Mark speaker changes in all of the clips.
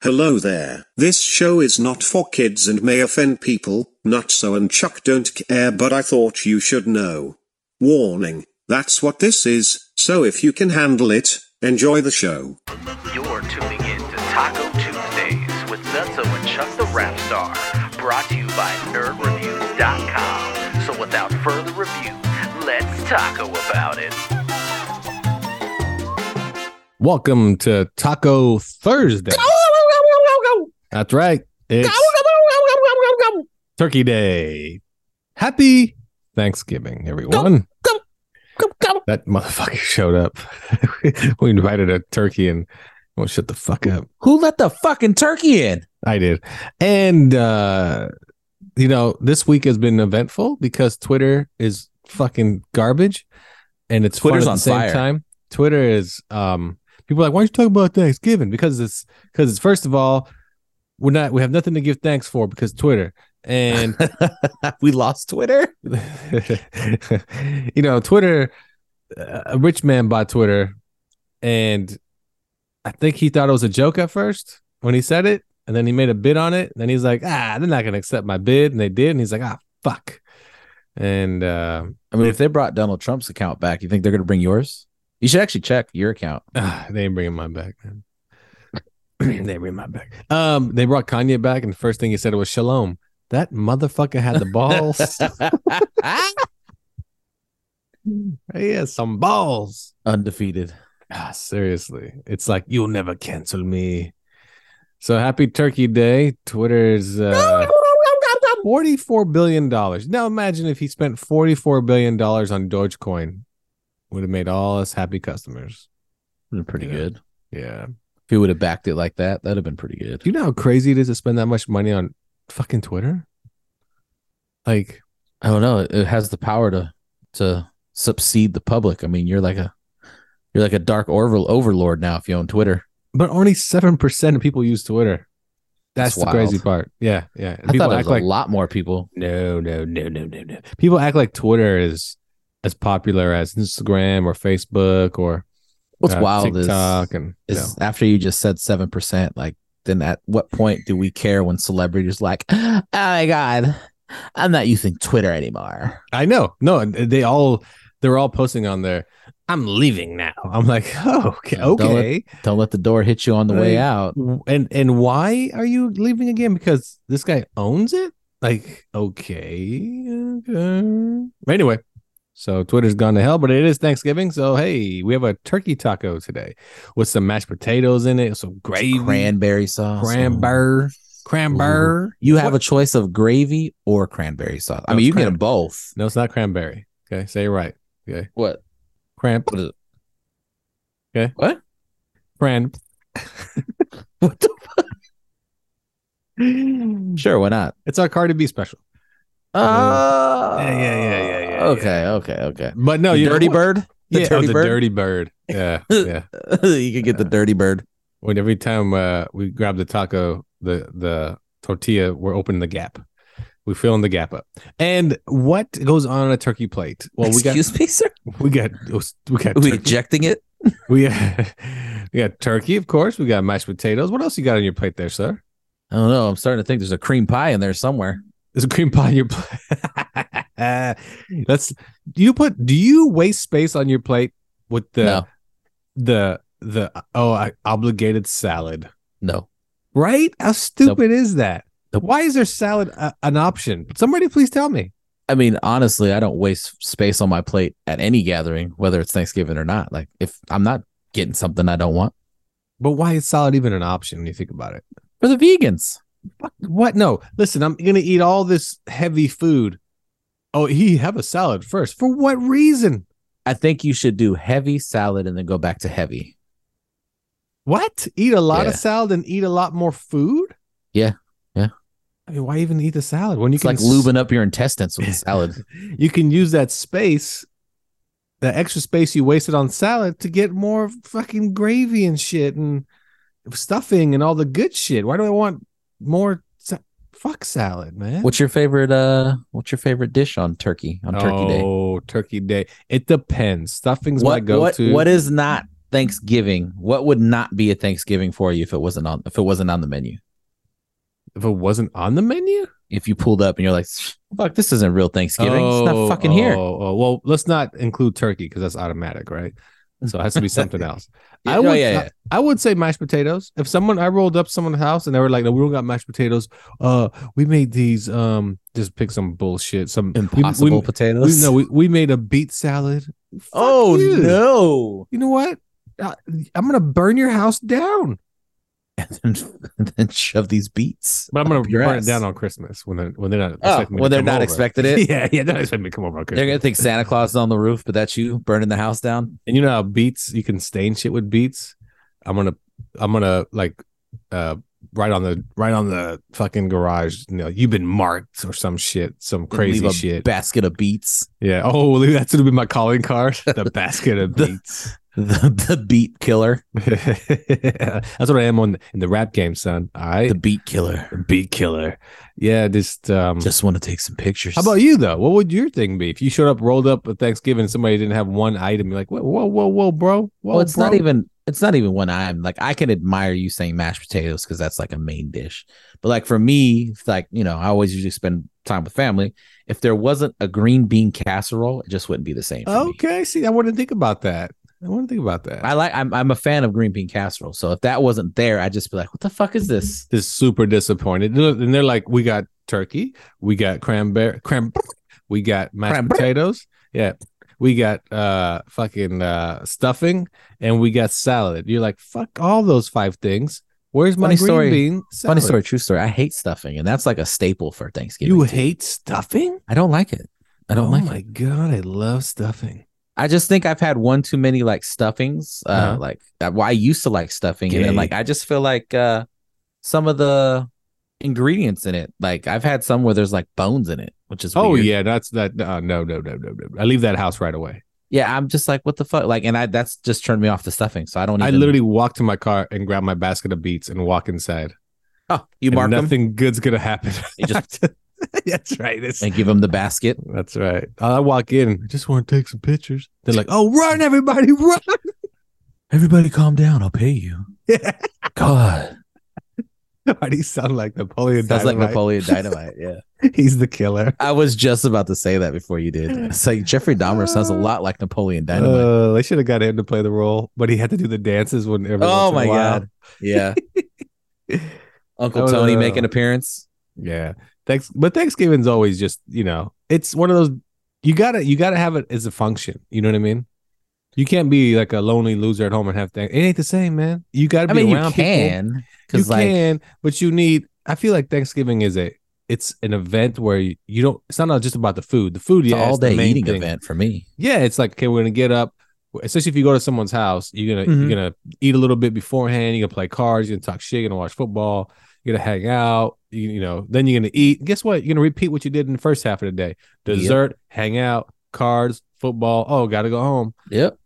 Speaker 1: Hello there. This show is not for kids and may offend people, Nutso and Chuck don't care but I thought you should know. Warning, that's what this is, so if you can handle it, enjoy the show.
Speaker 2: You're tuning in to Taco Tuesdays with Nutso and Chuck the Rap Star, brought to you by NerdReviews.com. So without further review, let's taco about it.
Speaker 3: Welcome to Taco Thursday. That's right. It's Turkey Day. Happy Thanksgiving, everyone. That motherfucker showed up. we invited a turkey and well, shut the fuck up.
Speaker 4: Who let the fucking turkey in?
Speaker 3: I did. And uh you know, this week has been eventful because Twitter is fucking garbage and it's fun
Speaker 4: Twitter's
Speaker 3: at
Speaker 4: on
Speaker 3: the same
Speaker 4: fire.
Speaker 3: time. Twitter is um people are like, why don't you talk about Thanksgiving? Because it's because it's first of all, we're not we have nothing to give thanks for because Twitter. And
Speaker 4: we lost Twitter.
Speaker 3: you know, Twitter, uh, a rich man bought Twitter, and I think he thought it was a joke at first when he said it, and then he made a bid on it. And then he's like, ah, they're not going to accept my bid. And they did. And he's like, ah, fuck. And uh,
Speaker 4: I mean, if they brought Donald Trump's account back, you think they're going to bring yours? You should actually check your account.
Speaker 3: ah, they ain't bringing mine back, man. they ain't bringing mine back. Um, they brought Kanye back, and the first thing he said was shalom. That motherfucker had the balls. he has some balls.
Speaker 4: Undefeated.
Speaker 3: Ah, seriously. It's like you'll never cancel me. So happy Turkey Day. Twitter's uh, 44 billion dollars. Now imagine if he spent 44 billion dollars on Dogecoin. Would have made all us happy customers.
Speaker 4: Been pretty
Speaker 3: Yeah.
Speaker 4: good.
Speaker 3: Yeah.
Speaker 4: If he would have backed it like that, that'd have been pretty good.
Speaker 3: Do you know how crazy it is to spend that much money on fucking Twitter? Like
Speaker 4: I don't know. It, it has the power to to subsede the public. I mean, you're like a you're like a dark Orville overlord now if you own Twitter.
Speaker 3: but only 7% of people use Twitter. That's,
Speaker 4: That's
Speaker 3: the crazy
Speaker 4: wild.
Speaker 3: part. Yeah, yeah.
Speaker 4: I thought it was a lot more people.
Speaker 3: No, no, no, no, no, no. People act like Twitter is as popular as Instagram or Facebook or
Speaker 4: What's
Speaker 3: uh,
Speaker 4: wild
Speaker 3: TikTok
Speaker 4: is
Speaker 3: and
Speaker 4: is after you just said seven percent, like then at what point do we care when celebrities like, oh my god, I'm not using Twitter anymore.
Speaker 3: no. I know. No, and they all they're all posting on there. I'm leaving now. I'm like, oh, okay,
Speaker 4: Yeah, don't let-
Speaker 3: okay.
Speaker 4: Don't let the door hit you on the way
Speaker 3: Like-
Speaker 4: out.
Speaker 3: And and why are you leaving again? Because this guy owns it. Like, okay, okay. Anyway, so Twitter's gone to hell, but it is Thanksgiving. So hey, we have a turkey taco today with some mashed potatoes in it, some gravy.
Speaker 4: Cranberry sauce.
Speaker 3: Cranberry. Cranberry.
Speaker 4: You have
Speaker 3: What?
Speaker 4: a choice of gravy or cranberry sauce. I
Speaker 3: No,
Speaker 4: mean,
Speaker 3: it's
Speaker 4: you can get them both.
Speaker 3: No, it's not cranberry. Okay, say it right.
Speaker 4: What?
Speaker 3: Cramp.
Speaker 4: What is it?
Speaker 3: Okay.
Speaker 4: What?
Speaker 3: Cran.
Speaker 4: What the fuck? sure, why not?
Speaker 3: It's our Cardi B special.
Speaker 4: Oh.
Speaker 3: Uh, yeah, yeah, yeah, yeah, yeah.
Speaker 4: Okay, okay, okay.
Speaker 3: But no,
Speaker 4: The
Speaker 3: you
Speaker 4: dirty
Speaker 3: know,
Speaker 4: bird? The
Speaker 3: yeah,
Speaker 4: dirty
Speaker 3: oh, the
Speaker 4: bird?
Speaker 3: dirty bird. Yeah, yeah.
Speaker 4: you can get
Speaker 3: Uh,
Speaker 4: the dirty bird.
Speaker 3: When every time uh, we grab the taco, the the tortilla, we're opening the gap. We're filling the gap up. And what goes on a turkey plate? Well, we got
Speaker 4: Excuse me, sir?
Speaker 3: we got oh, we got
Speaker 4: Are we
Speaker 3: turkey.
Speaker 4: ejecting it?
Speaker 3: we we got turkey, of course. We got mashed potatoes. What else you got on your plate there, sir?
Speaker 4: I don't know. I'm starting to think there's a cream pie in there somewhere.
Speaker 3: There's a cream pie on your plate. That's do you put do you waste space on your plate with the
Speaker 4: No.
Speaker 3: the the oh I, obligated salad
Speaker 4: No.
Speaker 3: right? How stupid is that?
Speaker 4: Nope.
Speaker 3: Why is there salad a, an option? Somebody please tell me.
Speaker 4: I mean, honestly, I don't waste space on my plate at any gathering, whether it's Thanksgiving or not. Like, if I'm not getting something I don't want
Speaker 3: But why is salad even an option when you think about it?
Speaker 4: for the vegans,
Speaker 3: Fuck, What? No, listen, I'm gonna eat all this heavy food. Oh, he have a salad first. For what reason?
Speaker 4: I think you should do heavy salad and then go back to heavy.
Speaker 3: What? Eat a lot of
Speaker 4: Yeah.
Speaker 3: salad and eat a lot more food?
Speaker 4: Yeah, yeah.
Speaker 3: I mean, why even eat the salad when you
Speaker 4: It's
Speaker 3: can
Speaker 4: like lubing up your intestines with salad.
Speaker 3: You can use that space, that extra space you wasted on salad, to get more fucking gravy and shit and stuffing and all the good shit. Why do I want more? Sa- fuck salad, man.
Speaker 4: what's your favorite? Uh, what's your favorite dish on turkey on Turkey Day?
Speaker 3: Oh, Turkey Day. It depends. Stuffing's my
Speaker 4: what,
Speaker 3: go-to.
Speaker 4: what is not Thanksgiving, what would not be a Thanksgiving for you if it wasn't on if it wasn't on the menu?
Speaker 3: If it wasn't on the menu,
Speaker 4: If you pulled up and you're like, "Fuck, this isn't real Thanksgiving. it's not fucking here."
Speaker 3: Oh, oh, well, let's not include turkey because that's automatic, right? So it has to be something else.
Speaker 4: Yeah,
Speaker 3: I
Speaker 4: oh,
Speaker 3: would,
Speaker 4: yeah, yeah.
Speaker 3: I, I would say mashed potatoes. If someone I rolled up someone's house and they were like, "No, we don't got mashed potatoes. Uh, we made these. Um, just pick some bullshit. Some we-
Speaker 4: Impossible
Speaker 3: We, we,
Speaker 4: potatoes.
Speaker 3: no, we, we made a beet salad. Fuck
Speaker 4: oh
Speaker 3: you.
Speaker 4: no!
Speaker 3: You know what? I, I'm gonna burn your house down,
Speaker 4: And then shove these beets.
Speaker 3: but I'm gonna
Speaker 4: Up your
Speaker 3: burn
Speaker 4: ass.
Speaker 3: it down on Christmas when they're when they're not
Speaker 4: Oh,
Speaker 3: expecting me
Speaker 4: well,
Speaker 3: to
Speaker 4: they're
Speaker 3: come
Speaker 4: not
Speaker 3: over.
Speaker 4: expecting it.
Speaker 3: Yeah, yeah, they're not expecting me to come over on Christmas.
Speaker 4: They're gonna think Santa Claus is on the roof, but that's you burning the house down.
Speaker 3: and you know how beats you can stain shit with beats i'm gonna i'm gonna like uh right on the right on the fucking garage you know you've been marked or some shit some crazy
Speaker 4: Leave a
Speaker 3: shit
Speaker 4: Basket of beets.
Speaker 3: yeah oh leave that's gonna be my calling card the basket of
Speaker 4: The-
Speaker 3: beats
Speaker 4: The, the beet killer.
Speaker 3: that's what i am on in the rap game son all right
Speaker 4: The beet killer.
Speaker 3: beat killer yeah just um
Speaker 4: Just want to take some pictures.
Speaker 3: how about you though? What would your thing be if you showed up, rolled up at Thanksgiving, and somebody didn't have one item? You're like, whoa, whoa, whoa, whoa, bro. Whoa,
Speaker 4: Well, it's not
Speaker 3: bro."
Speaker 4: even it's not even when I'm like I can admire you saying mashed potatoes because that's like a main dish. But like for me, it's like you know, I always usually spend time with family. If there wasn't a green bean casserole, it just wouldn't be the same. For me.
Speaker 3: Okay, see, I wouldn't think about that. I wouldn't think about that.
Speaker 4: I like I'm I'm a fan of green bean casserole. So if that wasn't there, I'd just be like, what the fuck is this?
Speaker 3: is super disappointed. And they're like, we got turkey, we got cranberry, cran, we got mashed
Speaker 4: Cranberry.
Speaker 3: potatoes. Yeah. We got uh fucking uh stuffing and we got salad. You're like, fuck all those five things. Where's my
Speaker 4: Funny
Speaker 3: green
Speaker 4: story.
Speaker 3: bean?
Speaker 4: Funny
Speaker 3: salad?
Speaker 4: story, true story. I hate stuffing, and that's like a staple for Thanksgiving.
Speaker 3: You
Speaker 4: too.
Speaker 3: hate stuffing?
Speaker 4: I don't like it. I don't
Speaker 3: oh
Speaker 4: like
Speaker 3: my
Speaker 4: it.
Speaker 3: god, I love stuffing.
Speaker 4: I just think I've had one too many like stuffings. Uh,
Speaker 3: Uh-huh.
Speaker 4: like uh, well, I used to like stuffing, and then
Speaker 3: Gay.
Speaker 4: like I just feel like uh, some of the ingredients in it. Like I've had some where there's like bones in it, which is
Speaker 3: oh
Speaker 4: weird.
Speaker 3: yeah, that's that. Uh, no, no, no, no, no. I leave that house right away.
Speaker 4: yeah. I'm just like, what the fuck? Like, and I that's just turned me off to stuffing, so I don't.
Speaker 3: I
Speaker 4: Even,
Speaker 3: literally walk to my car and grab my basket of beets and walk inside.
Speaker 4: oh, you
Speaker 3: And
Speaker 4: mark them
Speaker 3: nothing good's gonna happen.
Speaker 4: You just-
Speaker 3: that's right. It's-
Speaker 4: and give them the basket.
Speaker 3: That's right. I walk in. I just want to take some pictures. They're like, "Oh, run, everybody, run!"
Speaker 4: Everybody, calm down. I'll pay you. God,
Speaker 3: Why do you sound like Napoleon?
Speaker 4: that's like
Speaker 3: Dynamite?
Speaker 4: Napoleon Dynamite. Yeah,
Speaker 3: He's the killer.
Speaker 4: I was just about to say that before you did. It's like Jeffrey Dahmer sounds a lot like Napoleon Dynamite.
Speaker 3: Uh, they should have got him to play the role, but he had to do the dances when. every
Speaker 4: Oh
Speaker 3: once
Speaker 4: my
Speaker 3: in a while.
Speaker 4: god. Yeah. Uncle
Speaker 3: Oh,
Speaker 4: Tony
Speaker 3: no.
Speaker 4: make an appearance.
Speaker 3: Yeah. Thanks, but Thanksgiving's always just you know it's one of those you gotta you gotta have it as a function. You know what I mean? You can't be like a lonely loser at home and have things. It ain't the same, man. You gotta
Speaker 4: I
Speaker 3: be
Speaker 4: mean, you
Speaker 3: around people.
Speaker 4: can
Speaker 3: you
Speaker 4: because like
Speaker 3: can, but you need. I feel like Thanksgiving is a it's an event where you, you don't. It's not all just about the food. The food,
Speaker 4: it's
Speaker 3: yeah,
Speaker 4: an all
Speaker 3: it's the
Speaker 4: day
Speaker 3: main
Speaker 4: eating
Speaker 3: thing.
Speaker 4: event for me.
Speaker 3: Yeah, it's like okay, we're gonna get up. Especially if you go to someone's house, you're gonna
Speaker 4: Mhm.
Speaker 3: you're gonna eat a little bit beforehand. You're gonna play cards. You're gonna talk shit. You're gonna watch football. You're gonna hang out. You, you know, then you're gonna eat. Guess what? You're gonna repeat what you did in the first half of the day:
Speaker 4: Yep.
Speaker 3: dessert, hang out, cards, football. Oh, gotta go home.
Speaker 4: Yep.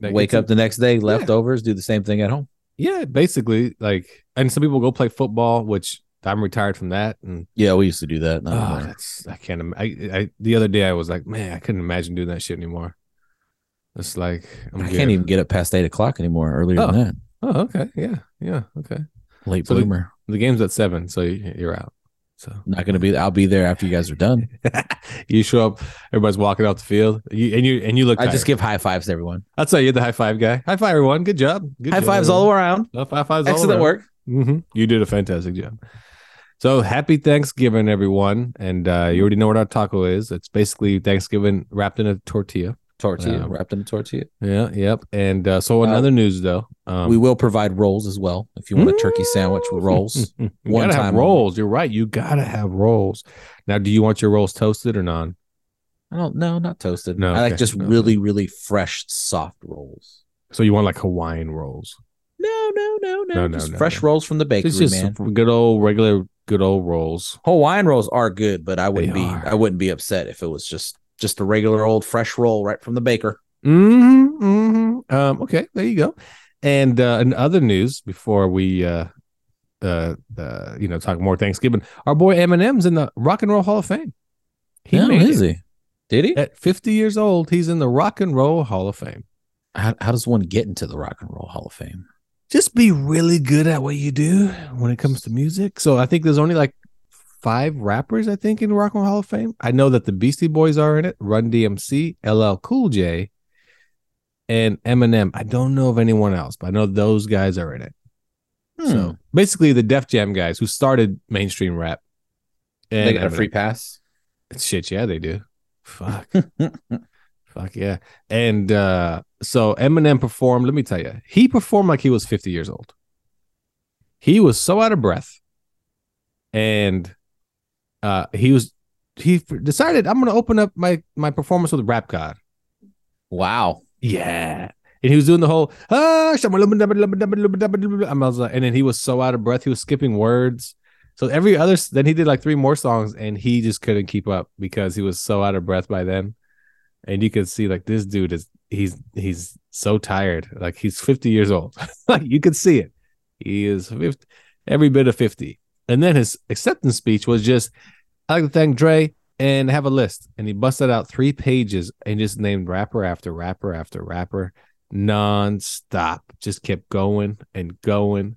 Speaker 3: That
Speaker 4: Wake
Speaker 3: gets
Speaker 4: up the next day, leftovers, do the same thing at home.
Speaker 3: Yeah, basically, like, and some people go play football, which I'm retired from that, and
Speaker 4: Yeah, we used to do that. Not
Speaker 3: Oh,
Speaker 4: anymore.
Speaker 3: that's I can't. Im- I, I the other day I was like, man, I couldn't imagine doing that shit anymore. It's like I'm
Speaker 4: I
Speaker 3: good.
Speaker 4: can't even get up past eight o'clock anymore. Earlier
Speaker 3: Oh.
Speaker 4: than
Speaker 3: Oh, okay, yeah, yeah, okay.
Speaker 4: that, late
Speaker 3: So the-
Speaker 4: bloomer.
Speaker 3: The game's at seven, so y- you're out. So
Speaker 4: Not gonna be. I'll be there after you guys are done.
Speaker 3: you show up, everybody's walking off the field, you, and you and you look.
Speaker 4: I just
Speaker 3: tired.
Speaker 4: give high fives to everyone.
Speaker 3: I'd say you're the high five guy. High five, everyone. Good job. Good
Speaker 4: High fives all around.
Speaker 3: around. High fives all
Speaker 4: Excellent
Speaker 3: around.
Speaker 4: work.
Speaker 3: hmm You did a fantastic job. So happy Thanksgiving, everyone! And uh, you already know what our taco is. It's basically Thanksgiving wrapped in a tortilla.
Speaker 4: Tortilla
Speaker 3: Um,
Speaker 4: wrapped in a tortilla.
Speaker 3: Yeah, yep. And uh, so
Speaker 4: Uh,
Speaker 3: another news though. Um,
Speaker 4: we will provide rolls as well if you want a turkey sandwich with rolls.
Speaker 3: Mm. you
Speaker 4: one
Speaker 3: gotta have
Speaker 4: time.
Speaker 3: rolls. You're right. You gotta have rolls. Now, do you want your rolls toasted or non?
Speaker 4: I don't know, not toasted.
Speaker 3: No,
Speaker 4: I like
Speaker 3: okay.
Speaker 4: just
Speaker 3: No.
Speaker 4: really, really fresh, soft rolls.
Speaker 3: So you want like Hawaiian rolls?
Speaker 4: No, no, no, no,
Speaker 3: No, no,
Speaker 4: just
Speaker 3: no,
Speaker 4: fresh
Speaker 3: no.
Speaker 4: rolls from the bakery,
Speaker 3: It's just
Speaker 4: man.
Speaker 3: good old regular good old rolls.
Speaker 4: Hawaiian rolls are good, but I wouldn't
Speaker 3: They
Speaker 4: be,
Speaker 3: are.
Speaker 4: I wouldn't be upset if it was just just a regular old fresh roll right from the baker.
Speaker 3: Mm-hmm, mm-hmm. Um, okay, there you go. And uh, in other news, before we uh, uh, uh, you know talk more Thanksgiving, our boy Eminem's in the Rock and Roll Hall of Fame.
Speaker 4: Yeah,
Speaker 3: made it.
Speaker 4: Oh, he? Did he?
Speaker 3: at 50 years old, he's in the Rock and Roll Hall of Fame.
Speaker 4: how, how does one get into the Rock and Roll Hall of Fame?
Speaker 3: Just be really good at what you do when it comes to music. So I think there's only like five rappers, I think, in Rock and Roll Hall of Fame. I know that the Beastie Boys are in it, Run DMC, LL Cool J, and Eminem. I don't know of anyone else, but I know those guys are in it.
Speaker 4: Hmm.
Speaker 3: So basically, the Def Jam guys who started mainstream rap.
Speaker 4: they got a
Speaker 3: Eminem.
Speaker 4: free pass.
Speaker 3: Shit, yeah, they do. Fuck. Fuck yeah. And uh so Eminem performed, let me tell you, he performed like he was 50 years old. He was so out of breath. And uh he was he f- decided I'm gonna open up my my performance with Rap God.
Speaker 4: wow.
Speaker 3: Yeah. And he was doing the whole ah shamalabadabadabadabadabadabadabada," and I was like, and then he was so out of breath, he was skipping words. So every other s- then he did like three more songs and he just couldn't keep up because he was so out of breath by then. And you could see like this dude is he's he's so tired. Like he's 50 years old. like you could see it. He is 50, every bit of 50. And then his acceptance speech was just I like to thank Dre and have a list. And he busted out three pages and just named rapper after rapper after rapper nonstop. Just kept going and going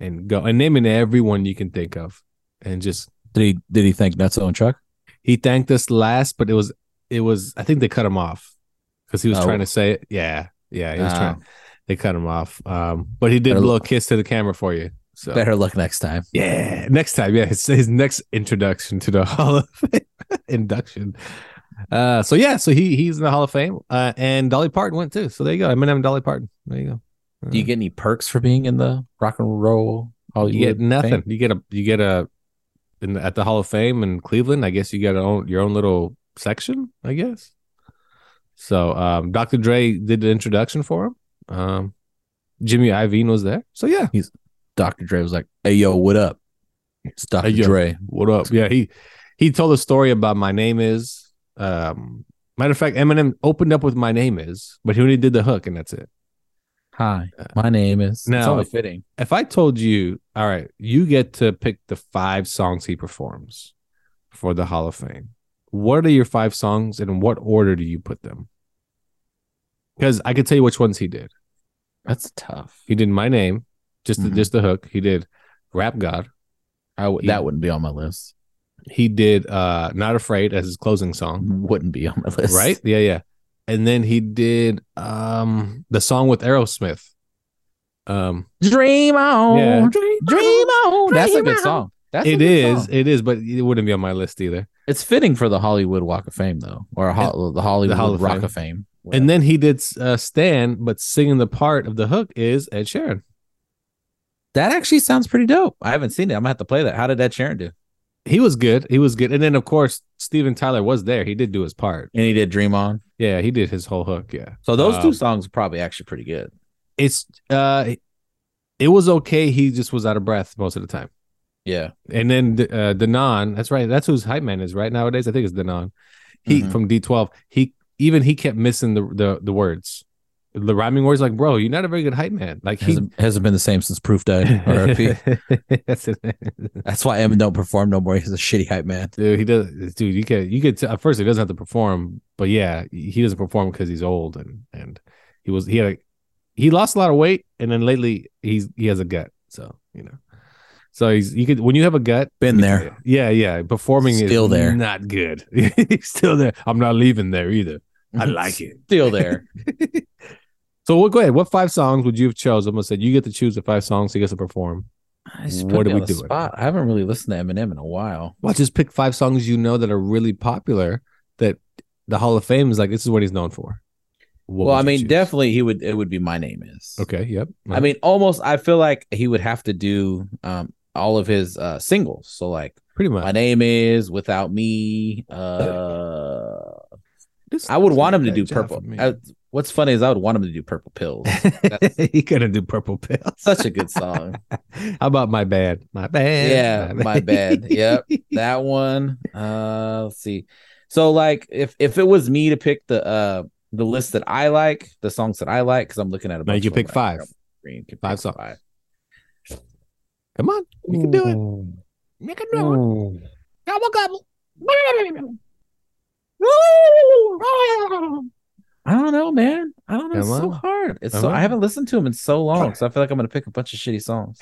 Speaker 3: and go and naming everyone you can think of. And just
Speaker 4: Did he did he thank Nutso and Chuck?
Speaker 3: he thanked us last, but it was it was I think they cut him off because he was
Speaker 4: Oh.
Speaker 3: trying to say it. Yeah. Yeah. He was
Speaker 4: Ah.
Speaker 3: trying they cut him off. Um but he did
Speaker 4: Better
Speaker 3: blow a
Speaker 4: luck.
Speaker 3: kiss to the camera for you. So
Speaker 4: Ah, Better luck next time.
Speaker 3: yeah, next time. Yeah, his, his next introduction to the Hall of Fame induction. Uh, so yeah, so he he's in the Hall of Fame, uh, and Dolly Parton went too. So there you go, Eminem, and Dolly Parton. There you go. Uh,
Speaker 4: Do you get any perks for being in the Rock and Roll Hall?
Speaker 3: You get nothing. You get a you get a in the, at the Hall of Fame in Cleveland. I guess you got a own, your own little section. I guess. So um, Dr. Dre did the introduction for him. Um, Jimmy Iovine was there. So yeah,
Speaker 4: Dr. Dre was like, "Hey yo, what up?" It's Dr.
Speaker 3: Hey, yo.
Speaker 4: Dre.
Speaker 3: What up? Yeah, he he told a story about my name is. Um, matter of fact, Eminem opened up with my name is, but he only did the hook, and that's it. Uh,
Speaker 4: Hi, my name is. it's
Speaker 3: Now-
Speaker 4: only fitting.
Speaker 3: If I told you, all right, you get to pick the five songs he performs for the Hall of Fame. What are your five songs, and in what order do you put them? Because I could tell you which ones he did.
Speaker 4: That's tough.
Speaker 3: He did my name, just the,
Speaker 4: Mhm.
Speaker 3: just the hook. He did Rap God.
Speaker 4: I w-
Speaker 3: He-
Speaker 4: that wouldn't be on my list.
Speaker 3: He did uh Not Afraid as his closing song.
Speaker 4: Wouldn't be on my list.
Speaker 3: right? Yeah, yeah. And then he did um the song with Aerosmith. Um
Speaker 4: Dream on.
Speaker 3: Yeah.
Speaker 4: Dream, dream on. That's a
Speaker 3: dream
Speaker 4: good
Speaker 3: on.
Speaker 4: song. That's a
Speaker 3: it
Speaker 4: good
Speaker 3: is,
Speaker 4: song.
Speaker 3: it is, but it wouldn't be on my list either.
Speaker 4: It's fitting for the Hollywood Walk of Fame though, or ho- the Hollywood
Speaker 3: Hall of
Speaker 4: Rock
Speaker 3: Fame.
Speaker 4: of Fame.
Speaker 3: And then he did uh Stan, but singing the part of the hook is Ed Sheeran.
Speaker 4: that actually sounds pretty dope. I haven't seen it. I'm gonna have to play that. How did Ed Sheeran do?
Speaker 3: He was good. He was good. And then of course Steven Tyler was there. He did do his part.
Speaker 4: And he did Dream On.
Speaker 3: Yeah, he did his whole hook. Yeah.
Speaker 4: So those
Speaker 3: Um,
Speaker 4: two songs are probably actually pretty good.
Speaker 3: It's uh it was okay. He just was out of breath most of the time.
Speaker 4: Yeah.
Speaker 3: and then uh Danon, that's right. That's who's hype man is right nowadays. I think it's Danon. He
Speaker 4: Mhm.
Speaker 3: from D12. He even he kept missing the the, the words, the rhyming words. Like, bro, you're not a very good hype man. Like he.
Speaker 4: hasn't, hasn't been the same since Proof Died. RIP.
Speaker 3: That's it.
Speaker 4: That's why Eminem don't perform no more. He's a shitty hype man.
Speaker 3: Dude, he does. Dude, you could you could t- at first he doesn't have to perform, but yeah, he doesn't perform because he's old and and he was he had a he lost a lot of weight and then lately he's he has a gut, so you know, so he's you could when you have a gut
Speaker 4: Been there.
Speaker 3: Yeah, yeah. Performing
Speaker 4: Still
Speaker 3: is
Speaker 4: there.
Speaker 3: not good. Still there. I'm not leaving there either. I like it.
Speaker 4: Still there.
Speaker 3: So what go ahead. What five songs would you have chosen? I said you get to choose the five songs he gets to perform.
Speaker 4: I just
Speaker 3: What
Speaker 4: put
Speaker 3: are
Speaker 4: me
Speaker 3: we
Speaker 4: on the
Speaker 3: doing?
Speaker 4: Spot. I haven't really listened to Eminem in a while.
Speaker 3: Well, just pick five songs you know that are really popular that the Hall of Fame is like this is what he's known for. What
Speaker 4: well,
Speaker 3: would
Speaker 4: I
Speaker 3: you
Speaker 4: mean,
Speaker 3: choose?
Speaker 4: definitely he would. It would be my name is.
Speaker 3: Okay, yep.
Speaker 4: I mean, almost. I feel like he would have to do um all of his uh singles. So like,
Speaker 3: pretty
Speaker 4: my
Speaker 3: much.
Speaker 4: name is without me. Uh,
Speaker 3: This-
Speaker 4: I would want him to
Speaker 3: that
Speaker 4: do
Speaker 3: job
Speaker 4: purple.
Speaker 3: for me.
Speaker 4: I, what's funny is I would want him to do purple pills.
Speaker 3: he couldn't do purple pills.
Speaker 4: Such a good song.
Speaker 3: How about my bad? My bad.
Speaker 4: Yeah, my bad. Yep, that one. Uh, let's see. So like, if if it was me to pick the uh the list that I like, the songs that I like, because I'm looking at a
Speaker 3: Now you can
Speaker 4: bunch of
Speaker 3: pick
Speaker 4: them
Speaker 3: five.
Speaker 4: right now. Green, can
Speaker 3: Five
Speaker 4: pick
Speaker 3: songs. Come on, you can do it. You can do it. Gobble gobble.
Speaker 4: I don't know, man. I don't know. It's so
Speaker 3: Hello?
Speaker 4: hard. It's so
Speaker 3: Hello?
Speaker 4: I haven't listened to him in so long, so I feel like I'm gonna pick a bunch of shitty songs.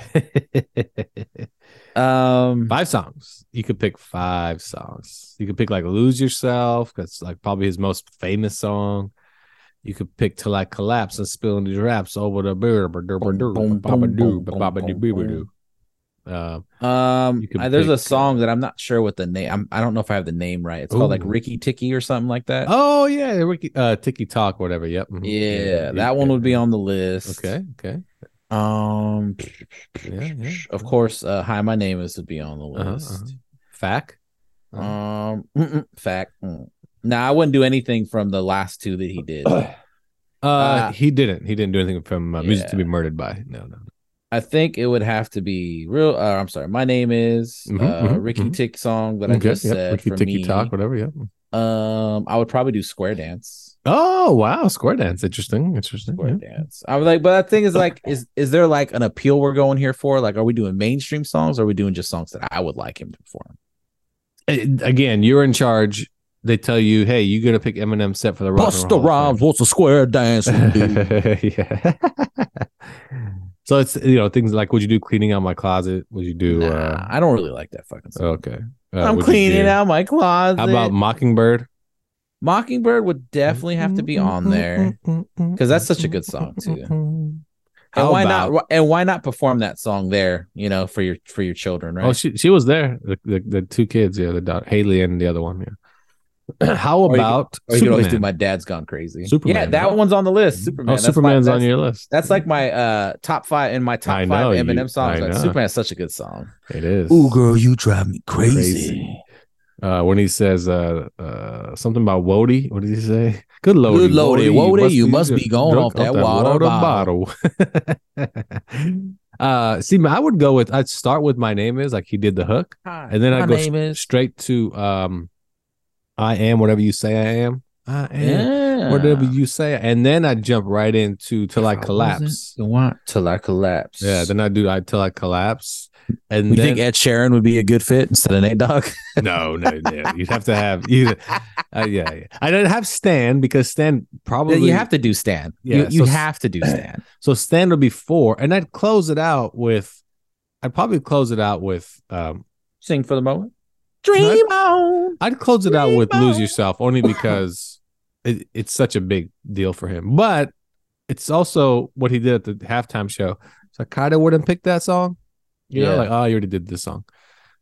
Speaker 4: Um,
Speaker 3: five songs. You could pick five songs. You could pick like "Lose Yourself" because like probably his most famous song. You could pick "Till I Collapse" and spilling these raps over the bird,
Speaker 4: boom, boom, boom, boom,
Speaker 3: Uh,
Speaker 4: um,
Speaker 3: You could
Speaker 4: I- there's a
Speaker 3: pick,
Speaker 4: song that I'm not sure what the name. I'm, I don't know if I have the name right. It's called like
Speaker 3: Ooh.
Speaker 4: Ricky Ticky or something like that.
Speaker 3: oh yeah, Ricky, uh, Tiki Talk, whatever. Yep. mhm.
Speaker 4: yeah,
Speaker 3: you
Speaker 4: that one
Speaker 3: could-
Speaker 4: would be on the list.
Speaker 3: Okay. Okay.
Speaker 4: Um,
Speaker 3: Yeah, yeah,
Speaker 4: of
Speaker 3: yeah.
Speaker 4: course, uh, Hi, my name is would be on the
Speaker 3: Uh-huh,
Speaker 4: list.
Speaker 3: Fact. uh-huh.
Speaker 4: Um, mm-mm, fact. Mm. No, I wouldn't do anything from the last two that he did.
Speaker 3: Uh,
Speaker 4: Uh,
Speaker 3: he didn't. He didn't do anything from uh, music to
Speaker 4: yeah.
Speaker 3: be murdered by. No, no.
Speaker 4: I think it would have to be real. Uh, I'm sorry. My name is
Speaker 3: Mhm,
Speaker 4: uh,
Speaker 3: mhm,
Speaker 4: Ricky
Speaker 3: mhm.
Speaker 4: Tick song that I just said
Speaker 3: Ricky
Speaker 4: for
Speaker 3: Tiki
Speaker 4: me.
Speaker 3: Talk, whatever. Yep.
Speaker 4: Um, I would probably do square dance.
Speaker 3: Oh wow, square dance. Interesting. Interesting.
Speaker 4: Square
Speaker 3: yeah.
Speaker 4: dance. I was like, but that thing is like, is is there like an appeal we're going here for? Like, are we doing mainstream songs? Or are we doing just songs that I would like him to perform?
Speaker 3: Uh, again, you're in charge. They tell you, hey, you got to pick Eminem set for the rock.
Speaker 4: Busta Rhymes, what's a square dance? would do?
Speaker 3: yeah. so it's you know things like would you do cleaning out my closet? Would you do?
Speaker 4: nah, I don't really like that fucking
Speaker 3: Uh,
Speaker 4: song.
Speaker 3: okay. Uh,
Speaker 4: I'm
Speaker 3: would you
Speaker 4: cleaning
Speaker 3: do-
Speaker 4: out my closet.
Speaker 3: How about Mockingbird?
Speaker 4: Mockingbird would definitely have to be on
Speaker 3: Mm-hmm,
Speaker 4: there.
Speaker 3: because
Speaker 4: that's such a good song, too.
Speaker 3: mm-hmm. How
Speaker 4: and why
Speaker 3: about,
Speaker 4: not? And why not perform that song there? You know, for your for your children, right?
Speaker 3: Oh, she she was there. The, the, the two kids, yeah, the daughter, Haley and the other one. Yeah. How
Speaker 4: Or you could-
Speaker 3: about
Speaker 4: or Oh, you could
Speaker 3: Superman?
Speaker 4: always do "My Dad's Gone Crazy."
Speaker 3: Superman,
Speaker 4: yeah, that
Speaker 3: right?
Speaker 4: one's on the list. Superman.
Speaker 3: oh,
Speaker 4: That's my-
Speaker 3: Superman's on
Speaker 4: that's-
Speaker 3: your list.
Speaker 4: That's like my uh top five in my top
Speaker 3: I know,
Speaker 4: five
Speaker 3: you-
Speaker 4: Eminem songs.
Speaker 3: I
Speaker 4: Like
Speaker 3: know.
Speaker 4: Superman's such a good song.
Speaker 3: it is.
Speaker 4: girl, you drive me
Speaker 3: Crazy. uh, when he says uh, uh, something about Wody. What did he say? Good Lodi.
Speaker 4: Good Lodi, Wody,
Speaker 3: must
Speaker 4: you
Speaker 3: be-
Speaker 4: must be gone
Speaker 3: drunk
Speaker 4: off that water
Speaker 3: bottle. uh, see, I would go with. I'd start with my name is like he did the hook, and then I
Speaker 4: my
Speaker 3: go
Speaker 4: name
Speaker 3: s-
Speaker 4: is.
Speaker 3: straight to um, I am whatever you say I am. I am
Speaker 4: Yeah.
Speaker 3: whatever you say, and then I jump right into till I
Speaker 4: If wasn't
Speaker 3: collapse.
Speaker 4: the one- Till I collapse.
Speaker 3: Yeah, then I do I till I collapse, and
Speaker 4: you
Speaker 3: then
Speaker 4: think Ed Sheeran would be a good fit instead of Nate Dogg?
Speaker 3: No, no, no. You'd have to have you. Uh, yeah, yeah. I don't have Stan because Stan probably
Speaker 4: you have to do Stan.
Speaker 3: Yeah,
Speaker 4: you you
Speaker 3: so-
Speaker 4: have to do Stan.
Speaker 3: So Stan would be four, and I'd close it out with. I'd probably close it out with. Um,
Speaker 4: Sing for the moment. Dream on.
Speaker 3: I'd close it out with "Lose
Speaker 4: Rainbow.
Speaker 3: Yourself" only because it, it's such a big deal for him. But it's also what he did at the halftime show. So I kind of wouldn't pick that song. You
Speaker 4: Yeah.
Speaker 3: know, like oh, you already did this song.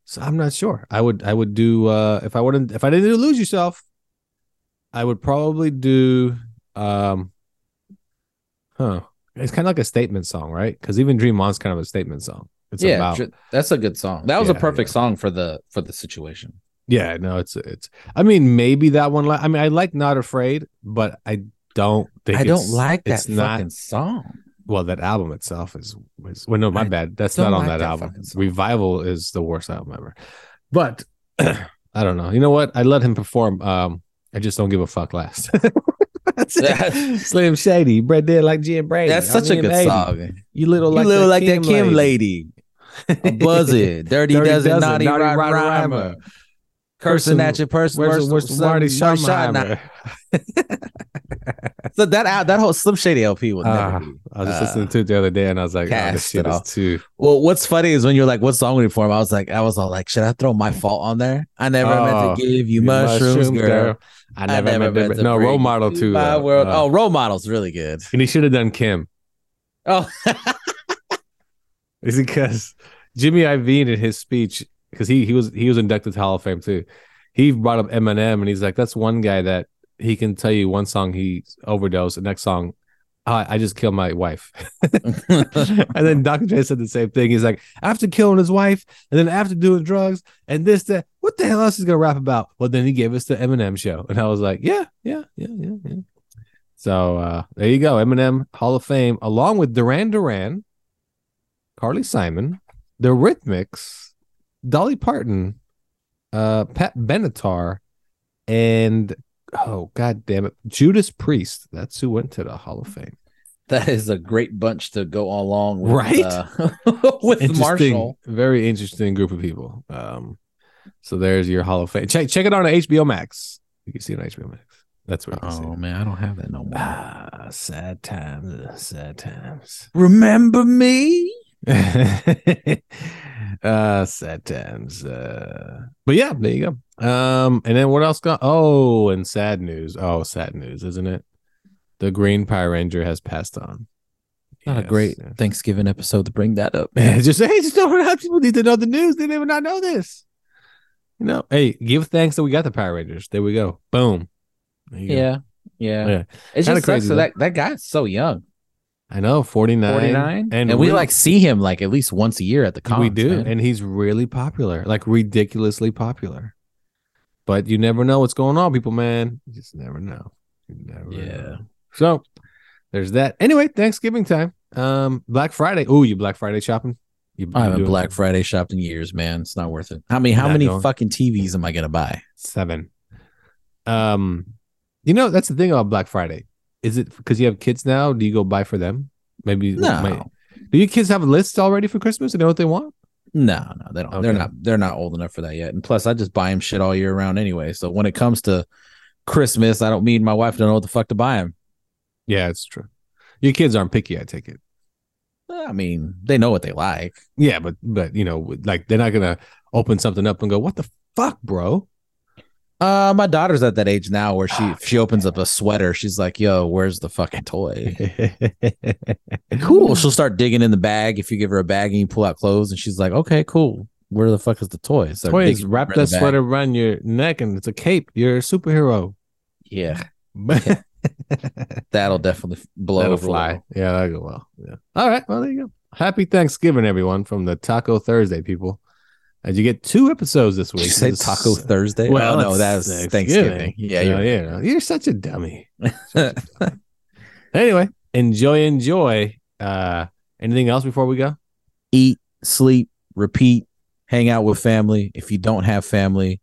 Speaker 3: So I'm not sure. I would I would do uh if I wouldn't if I didn't do "Lose Yourself," I would probably do um. Huh. It's kind of like a statement song, right? Because even "Dream On's kind of a statement song. It's
Speaker 4: yeah,
Speaker 3: about
Speaker 4: dr- that's a good song. That was a
Speaker 3: Yeah,
Speaker 4: perfect
Speaker 3: yeah.
Speaker 4: song for the for the situation.
Speaker 3: Yeah, no, it's it's. I mean, maybe that one. Li- I mean, I like "Not Afraid," but I don't think
Speaker 4: I don't
Speaker 3: it's-
Speaker 4: like that
Speaker 3: It's not
Speaker 4: fucking song.
Speaker 3: well. That album itself is was. Well, no, my
Speaker 4: I
Speaker 3: bad. That's
Speaker 4: don't
Speaker 3: not on that,
Speaker 4: like that
Speaker 3: album.
Speaker 4: fucking song.
Speaker 3: Revival is the worst album ever. But I don't know. You know what? I let him perform. Um, I just don't give a fuck. Last. That's it. Slim Shady, Brett did like Jim Brady.
Speaker 4: That's
Speaker 3: I'm
Speaker 4: such a
Speaker 3: Jim
Speaker 4: good
Speaker 3: Brady.
Speaker 4: song.
Speaker 3: You little
Speaker 4: you
Speaker 3: like
Speaker 4: little
Speaker 3: that
Speaker 4: like
Speaker 3: Kim
Speaker 4: that Kim
Speaker 3: lady.
Speaker 4: lady. Buzz it. Dirty,
Speaker 3: Dirty
Speaker 4: dozen,
Speaker 3: dozen,
Speaker 4: naughty,
Speaker 3: naughty
Speaker 4: naughty
Speaker 3: rhyme-
Speaker 4: rhymer.
Speaker 3: rhymer.
Speaker 4: Cursing
Speaker 3: Person-
Speaker 4: at your person.
Speaker 3: Where's, where's
Speaker 4: worst-
Speaker 3: Marty
Speaker 4: worst- worst-
Speaker 3: Schottenheimer?
Speaker 4: So that al- that whole Slim Shady LP would never
Speaker 3: Ah,
Speaker 4: be.
Speaker 3: I was just
Speaker 4: Uh,
Speaker 3: listening to it the other day, and I was like, oh,
Speaker 4: cast
Speaker 3: this shit
Speaker 4: it
Speaker 3: is
Speaker 4: off.
Speaker 3: too.
Speaker 4: Well, what's funny is when you're like, "What song would you perform?" I was like, I was all like, "Should I throw my fault on there? I never meant
Speaker 3: Oh,
Speaker 4: to give you mushrooms, girl.
Speaker 3: I never, meant, to, no
Speaker 4: bring
Speaker 3: role model
Speaker 4: you
Speaker 3: too.
Speaker 4: My
Speaker 3: though.
Speaker 4: world.
Speaker 3: Uh,
Speaker 4: oh, role model's really good.
Speaker 3: and he should have done Kim.
Speaker 4: Oh,
Speaker 3: It's because Jimmy Iovine in his speech, because he he was he was inducted to Hall of Fame too. He brought up Eminem, and he's like, "That's one guy that he can tell you one song he overdosed, the next song." I, I just killed my wife. and then Dr. Dre said the same thing. He's like, after killing his wife, and then after doing drugs, and this, that, what the hell else is he gonna rap about? Well, then he gave us the Eminem show, and I was like, yeah, yeah, yeah, yeah, yeah. So uh, there you go, Eminem Hall of Fame, along with Duran Duran, Carly Simon, The Rhythmics, Dolly Parton, uh, Pat Benatar, and oh god damn it, Judas Priest. That's who went to the Hall of Fame.
Speaker 4: that is a great bunch to go along with,
Speaker 3: Right?
Speaker 4: uh, with Marshall.
Speaker 3: very interesting group of people. Um, so there's your Hall of Fame. Check check it out on HBO Max. You can see it on HBO Max. That's where you can see
Speaker 4: Oh
Speaker 3: it.
Speaker 4: man, I don't have that no more.
Speaker 3: Ah, sad times, uh, sad times.
Speaker 4: Remember me?
Speaker 3: uh, sad times. Uh, but yeah, there you go. Um, and then what else? Got? Oh, and sad news. Oh, sad news, isn't it? The Green Power Ranger has passed on.
Speaker 4: Not a
Speaker 3: Yes.
Speaker 4: great Thanksgiving episode to bring that up.
Speaker 3: just hey, just don't know. People need to know the news. They never not know this. You know, hey, give thanks that we got the Power Rangers. There we go. Boom. There you go.
Speaker 4: Yeah. Yeah.
Speaker 3: Yeah.
Speaker 4: It's
Speaker 3: Kinda
Speaker 4: just crazy.
Speaker 3: crazy, though.
Speaker 4: that that guy's so young.
Speaker 3: I know. Forty nine.
Speaker 4: 49. And, we like see him like at least once a year at the cons.
Speaker 3: we do,
Speaker 4: man.
Speaker 3: and he's really popular, like ridiculously popular. But you never know what's going on, people, man. You just never know. You never
Speaker 4: Yeah.
Speaker 3: know. So there's that. Anyway, Thanksgiving time. Um, Black Friday. Oh, you Black Friday shopping? You,
Speaker 4: I
Speaker 3: you
Speaker 4: haven't
Speaker 3: doing-
Speaker 4: Black Friday shopped in years, man. It's not worth it. I mean, how
Speaker 3: Not
Speaker 4: many
Speaker 3: going.
Speaker 4: fucking TVs am I gonna buy?
Speaker 3: seven. Um, you know that's the thing about Black Friday. Is it because you have kids now? Do you go buy for them? Maybe
Speaker 4: No,
Speaker 3: might- do your kids have lists already for Christmas and know what they want?
Speaker 4: no, no, they don't. They're
Speaker 3: Okay.
Speaker 4: not. They're not old enough for that yet. And plus, I just buy them shit all year round anyway. So when it comes to Christmas, I don't mean my wife don't know what the fuck to buy them.
Speaker 3: Yeah, it's true. Your kids aren't picky. I take it.
Speaker 4: I mean, they know what they like.
Speaker 3: Yeah, but but you know, with- like they're not gonna open something up and go, "What the fuck, bro?"
Speaker 4: Uh, my daughter's at that age now where she if she opens up a sweater. She's like, "Yo, where's the fucking toy?" cool. She'll start digging in the bag if you give her a bag and you pull out clothes, and she's like, "Okay, cool. Where the fuck is the toy?" So
Speaker 3: Toy is
Speaker 4: digging
Speaker 3: wrap
Speaker 4: in the
Speaker 3: that
Speaker 4: bag.
Speaker 3: sweater around your neck and it's a cape. You're a superhero.
Speaker 4: Yeah,
Speaker 3: That'll
Speaker 4: that'll definitely blow. over.
Speaker 3: fly. Yeah, that'll go well. Yeah. All right. Well, there you go. Happy Thanksgiving, everyone, from the Taco Thursday people. And you get two episodes this
Speaker 4: Did
Speaker 3: week.
Speaker 4: you say
Speaker 3: This is-
Speaker 4: Taco Thursday?
Speaker 3: Well,
Speaker 4: oh, no,
Speaker 3: it's
Speaker 4: that's Thanksgiving. Yeah,
Speaker 3: you
Speaker 4: you're right.
Speaker 3: yeah, you're such a dummy. Anyway, enjoy, enjoy. Uh, anything else before we go?
Speaker 4: Eat, sleep, repeat, hang out with family. If you don't have family,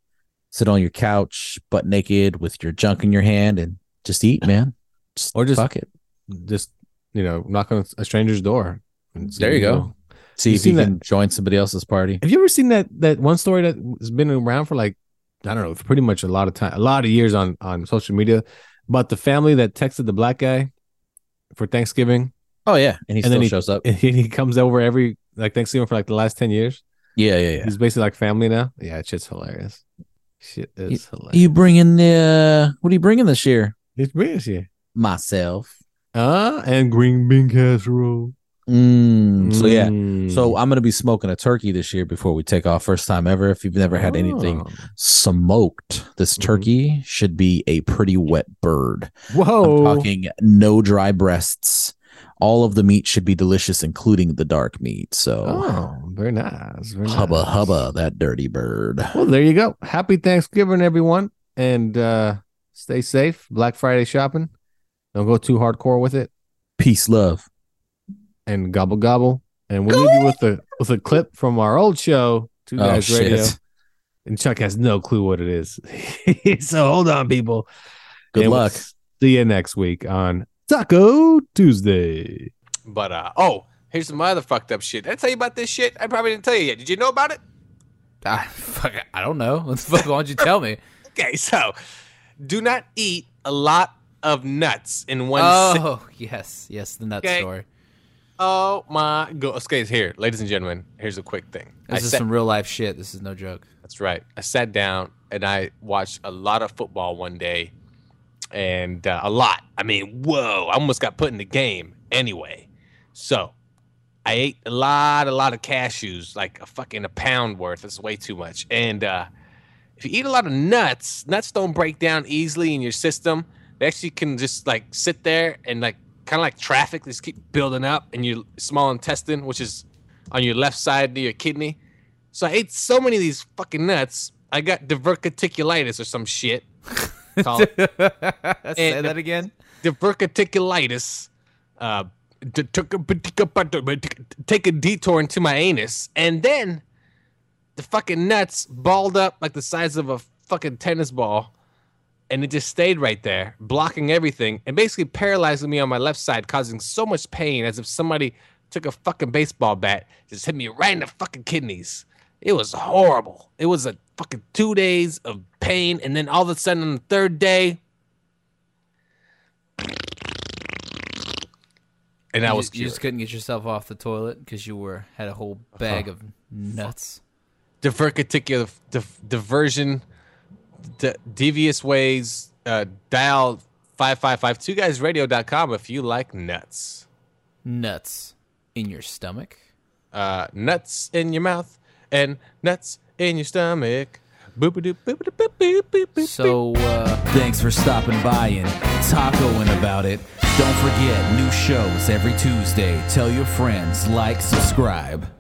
Speaker 4: sit on your couch, butt naked, with your junk in your hand, and just eat, man. Just
Speaker 3: Or
Speaker 4: or
Speaker 3: just-
Speaker 4: just fuck it.
Speaker 3: Just you know, knock on a stranger's door. and see
Speaker 4: There you
Speaker 3: who-
Speaker 4: go. See
Speaker 3: You
Speaker 4: if you
Speaker 3: seen that-
Speaker 4: can join somebody else's party.
Speaker 3: Have you ever seen that that one story that has been around for like I don't know, for pretty much a lot of time, a lot of years on on social media about the family that texted the black guy for Thanksgiving,
Speaker 4: Oh yeah, and he
Speaker 3: And then
Speaker 4: still
Speaker 3: he-
Speaker 4: shows up.
Speaker 3: and he, he comes over every like Thanksgiving for like the last ten years.
Speaker 4: Yeah, yeah, yeah.
Speaker 3: He's basically like family now. Yeah, that shit's hilarious. Shit is hilarious.
Speaker 4: You bringing the uh, what are you bringing this year?
Speaker 3: it's British, yeah.
Speaker 4: Myself.
Speaker 3: Uh, and green bean casserole.
Speaker 4: Mm. So yeah.
Speaker 3: Mm.
Speaker 4: So I'm gonna be smoking a turkey this year before we take off. First time ever. If you've never had anything
Speaker 3: Oh.
Speaker 4: smoked, this
Speaker 3: Mhm.
Speaker 4: turkey should be a pretty wet bird.
Speaker 3: Whoa.
Speaker 4: I'm talking no dry breasts. All of the meat should be delicious, including the dark meat. So
Speaker 3: Oh, very nice. Very
Speaker 4: hubba
Speaker 3: Oh, nice.
Speaker 4: hubba, that dirty bird.
Speaker 3: Well, there you go. Happy Thanksgiving, everyone, and uh, stay safe. Black Friday shopping. Don't go too hardcore with it.
Speaker 4: Peace, love.
Speaker 3: And gobble gobble. And we leave you with a with a clip from our old show, Two
Speaker 4: Oh
Speaker 3: Guys Radio.
Speaker 4: shit.
Speaker 3: And Chuck has no clue what it is. so hold on, people.
Speaker 4: Good
Speaker 3: And we'll
Speaker 4: luck.
Speaker 3: see you next week on Taco Tuesday. But uh oh, here's some other fucked up shit. Did I tell you about this shit? I probably didn't tell you yet. Did you know about it?
Speaker 5: I, Ah, fuck, I don't know. What the fuck? Why don't you tell me?
Speaker 3: Okay, so do not eat a lot of nuts in one sitting.
Speaker 5: Oh, yes. Yes, the nut
Speaker 3: Okay.
Speaker 5: story.
Speaker 3: Oh my god. Okay, here, ladies and gentlemen, here's a quick thing. I
Speaker 5: This is
Speaker 3: sat-
Speaker 5: some real life shit. This is no joke.
Speaker 3: That's right. I sat down and I watched a lot of football one day, and uh, a lot. I mean, whoa! I almost got put in the game anyway. So I ate a lot, a lot of cashews, like a fucking a pound worth. That's way too much. And uh, if you eat a lot of nuts, nuts don't break down easily in your system. They actually can just like sit there and like kind of like traffic, just keep building up in your small intestine, which is on your left side near your kidney. So I ate so many of these fucking nuts, I got diverticulitis or some shit. Called
Speaker 5: Say
Speaker 3: And-
Speaker 5: that again.
Speaker 3: diverticulitis. Uh, d- took a- take a detour into my anus, and then the fucking nuts balled up like the size of a fucking tennis ball, and it just stayed right there, blocking everything and basically paralyzing me on my left side, causing so much pain as if somebody took a fucking baseball bat just hit me right in the fucking kidneys. It was horrible. It was a fucking two days of pain, and then all of a sudden on the third day, and I
Speaker 6: you
Speaker 3: was
Speaker 6: just, you just
Speaker 3: cured.
Speaker 6: couldn't get yourself off the toilet because you were had a whole bag
Speaker 3: Uh-huh.
Speaker 6: of nuts.
Speaker 3: diverticular div- diversion, d- devious ways. Uh, dial five five five two guysradio.com if you like nuts.
Speaker 6: Nuts in your stomach.
Speaker 3: Uh, nuts in your mouth and nuts in your stomach. Boop a doop boop a doop boop boop boop boop.
Speaker 6: So uh,
Speaker 4: Thanks for stopping by and tacoing about it. Don't forget, new shows every Tuesday. Tell your friends, like, subscribe.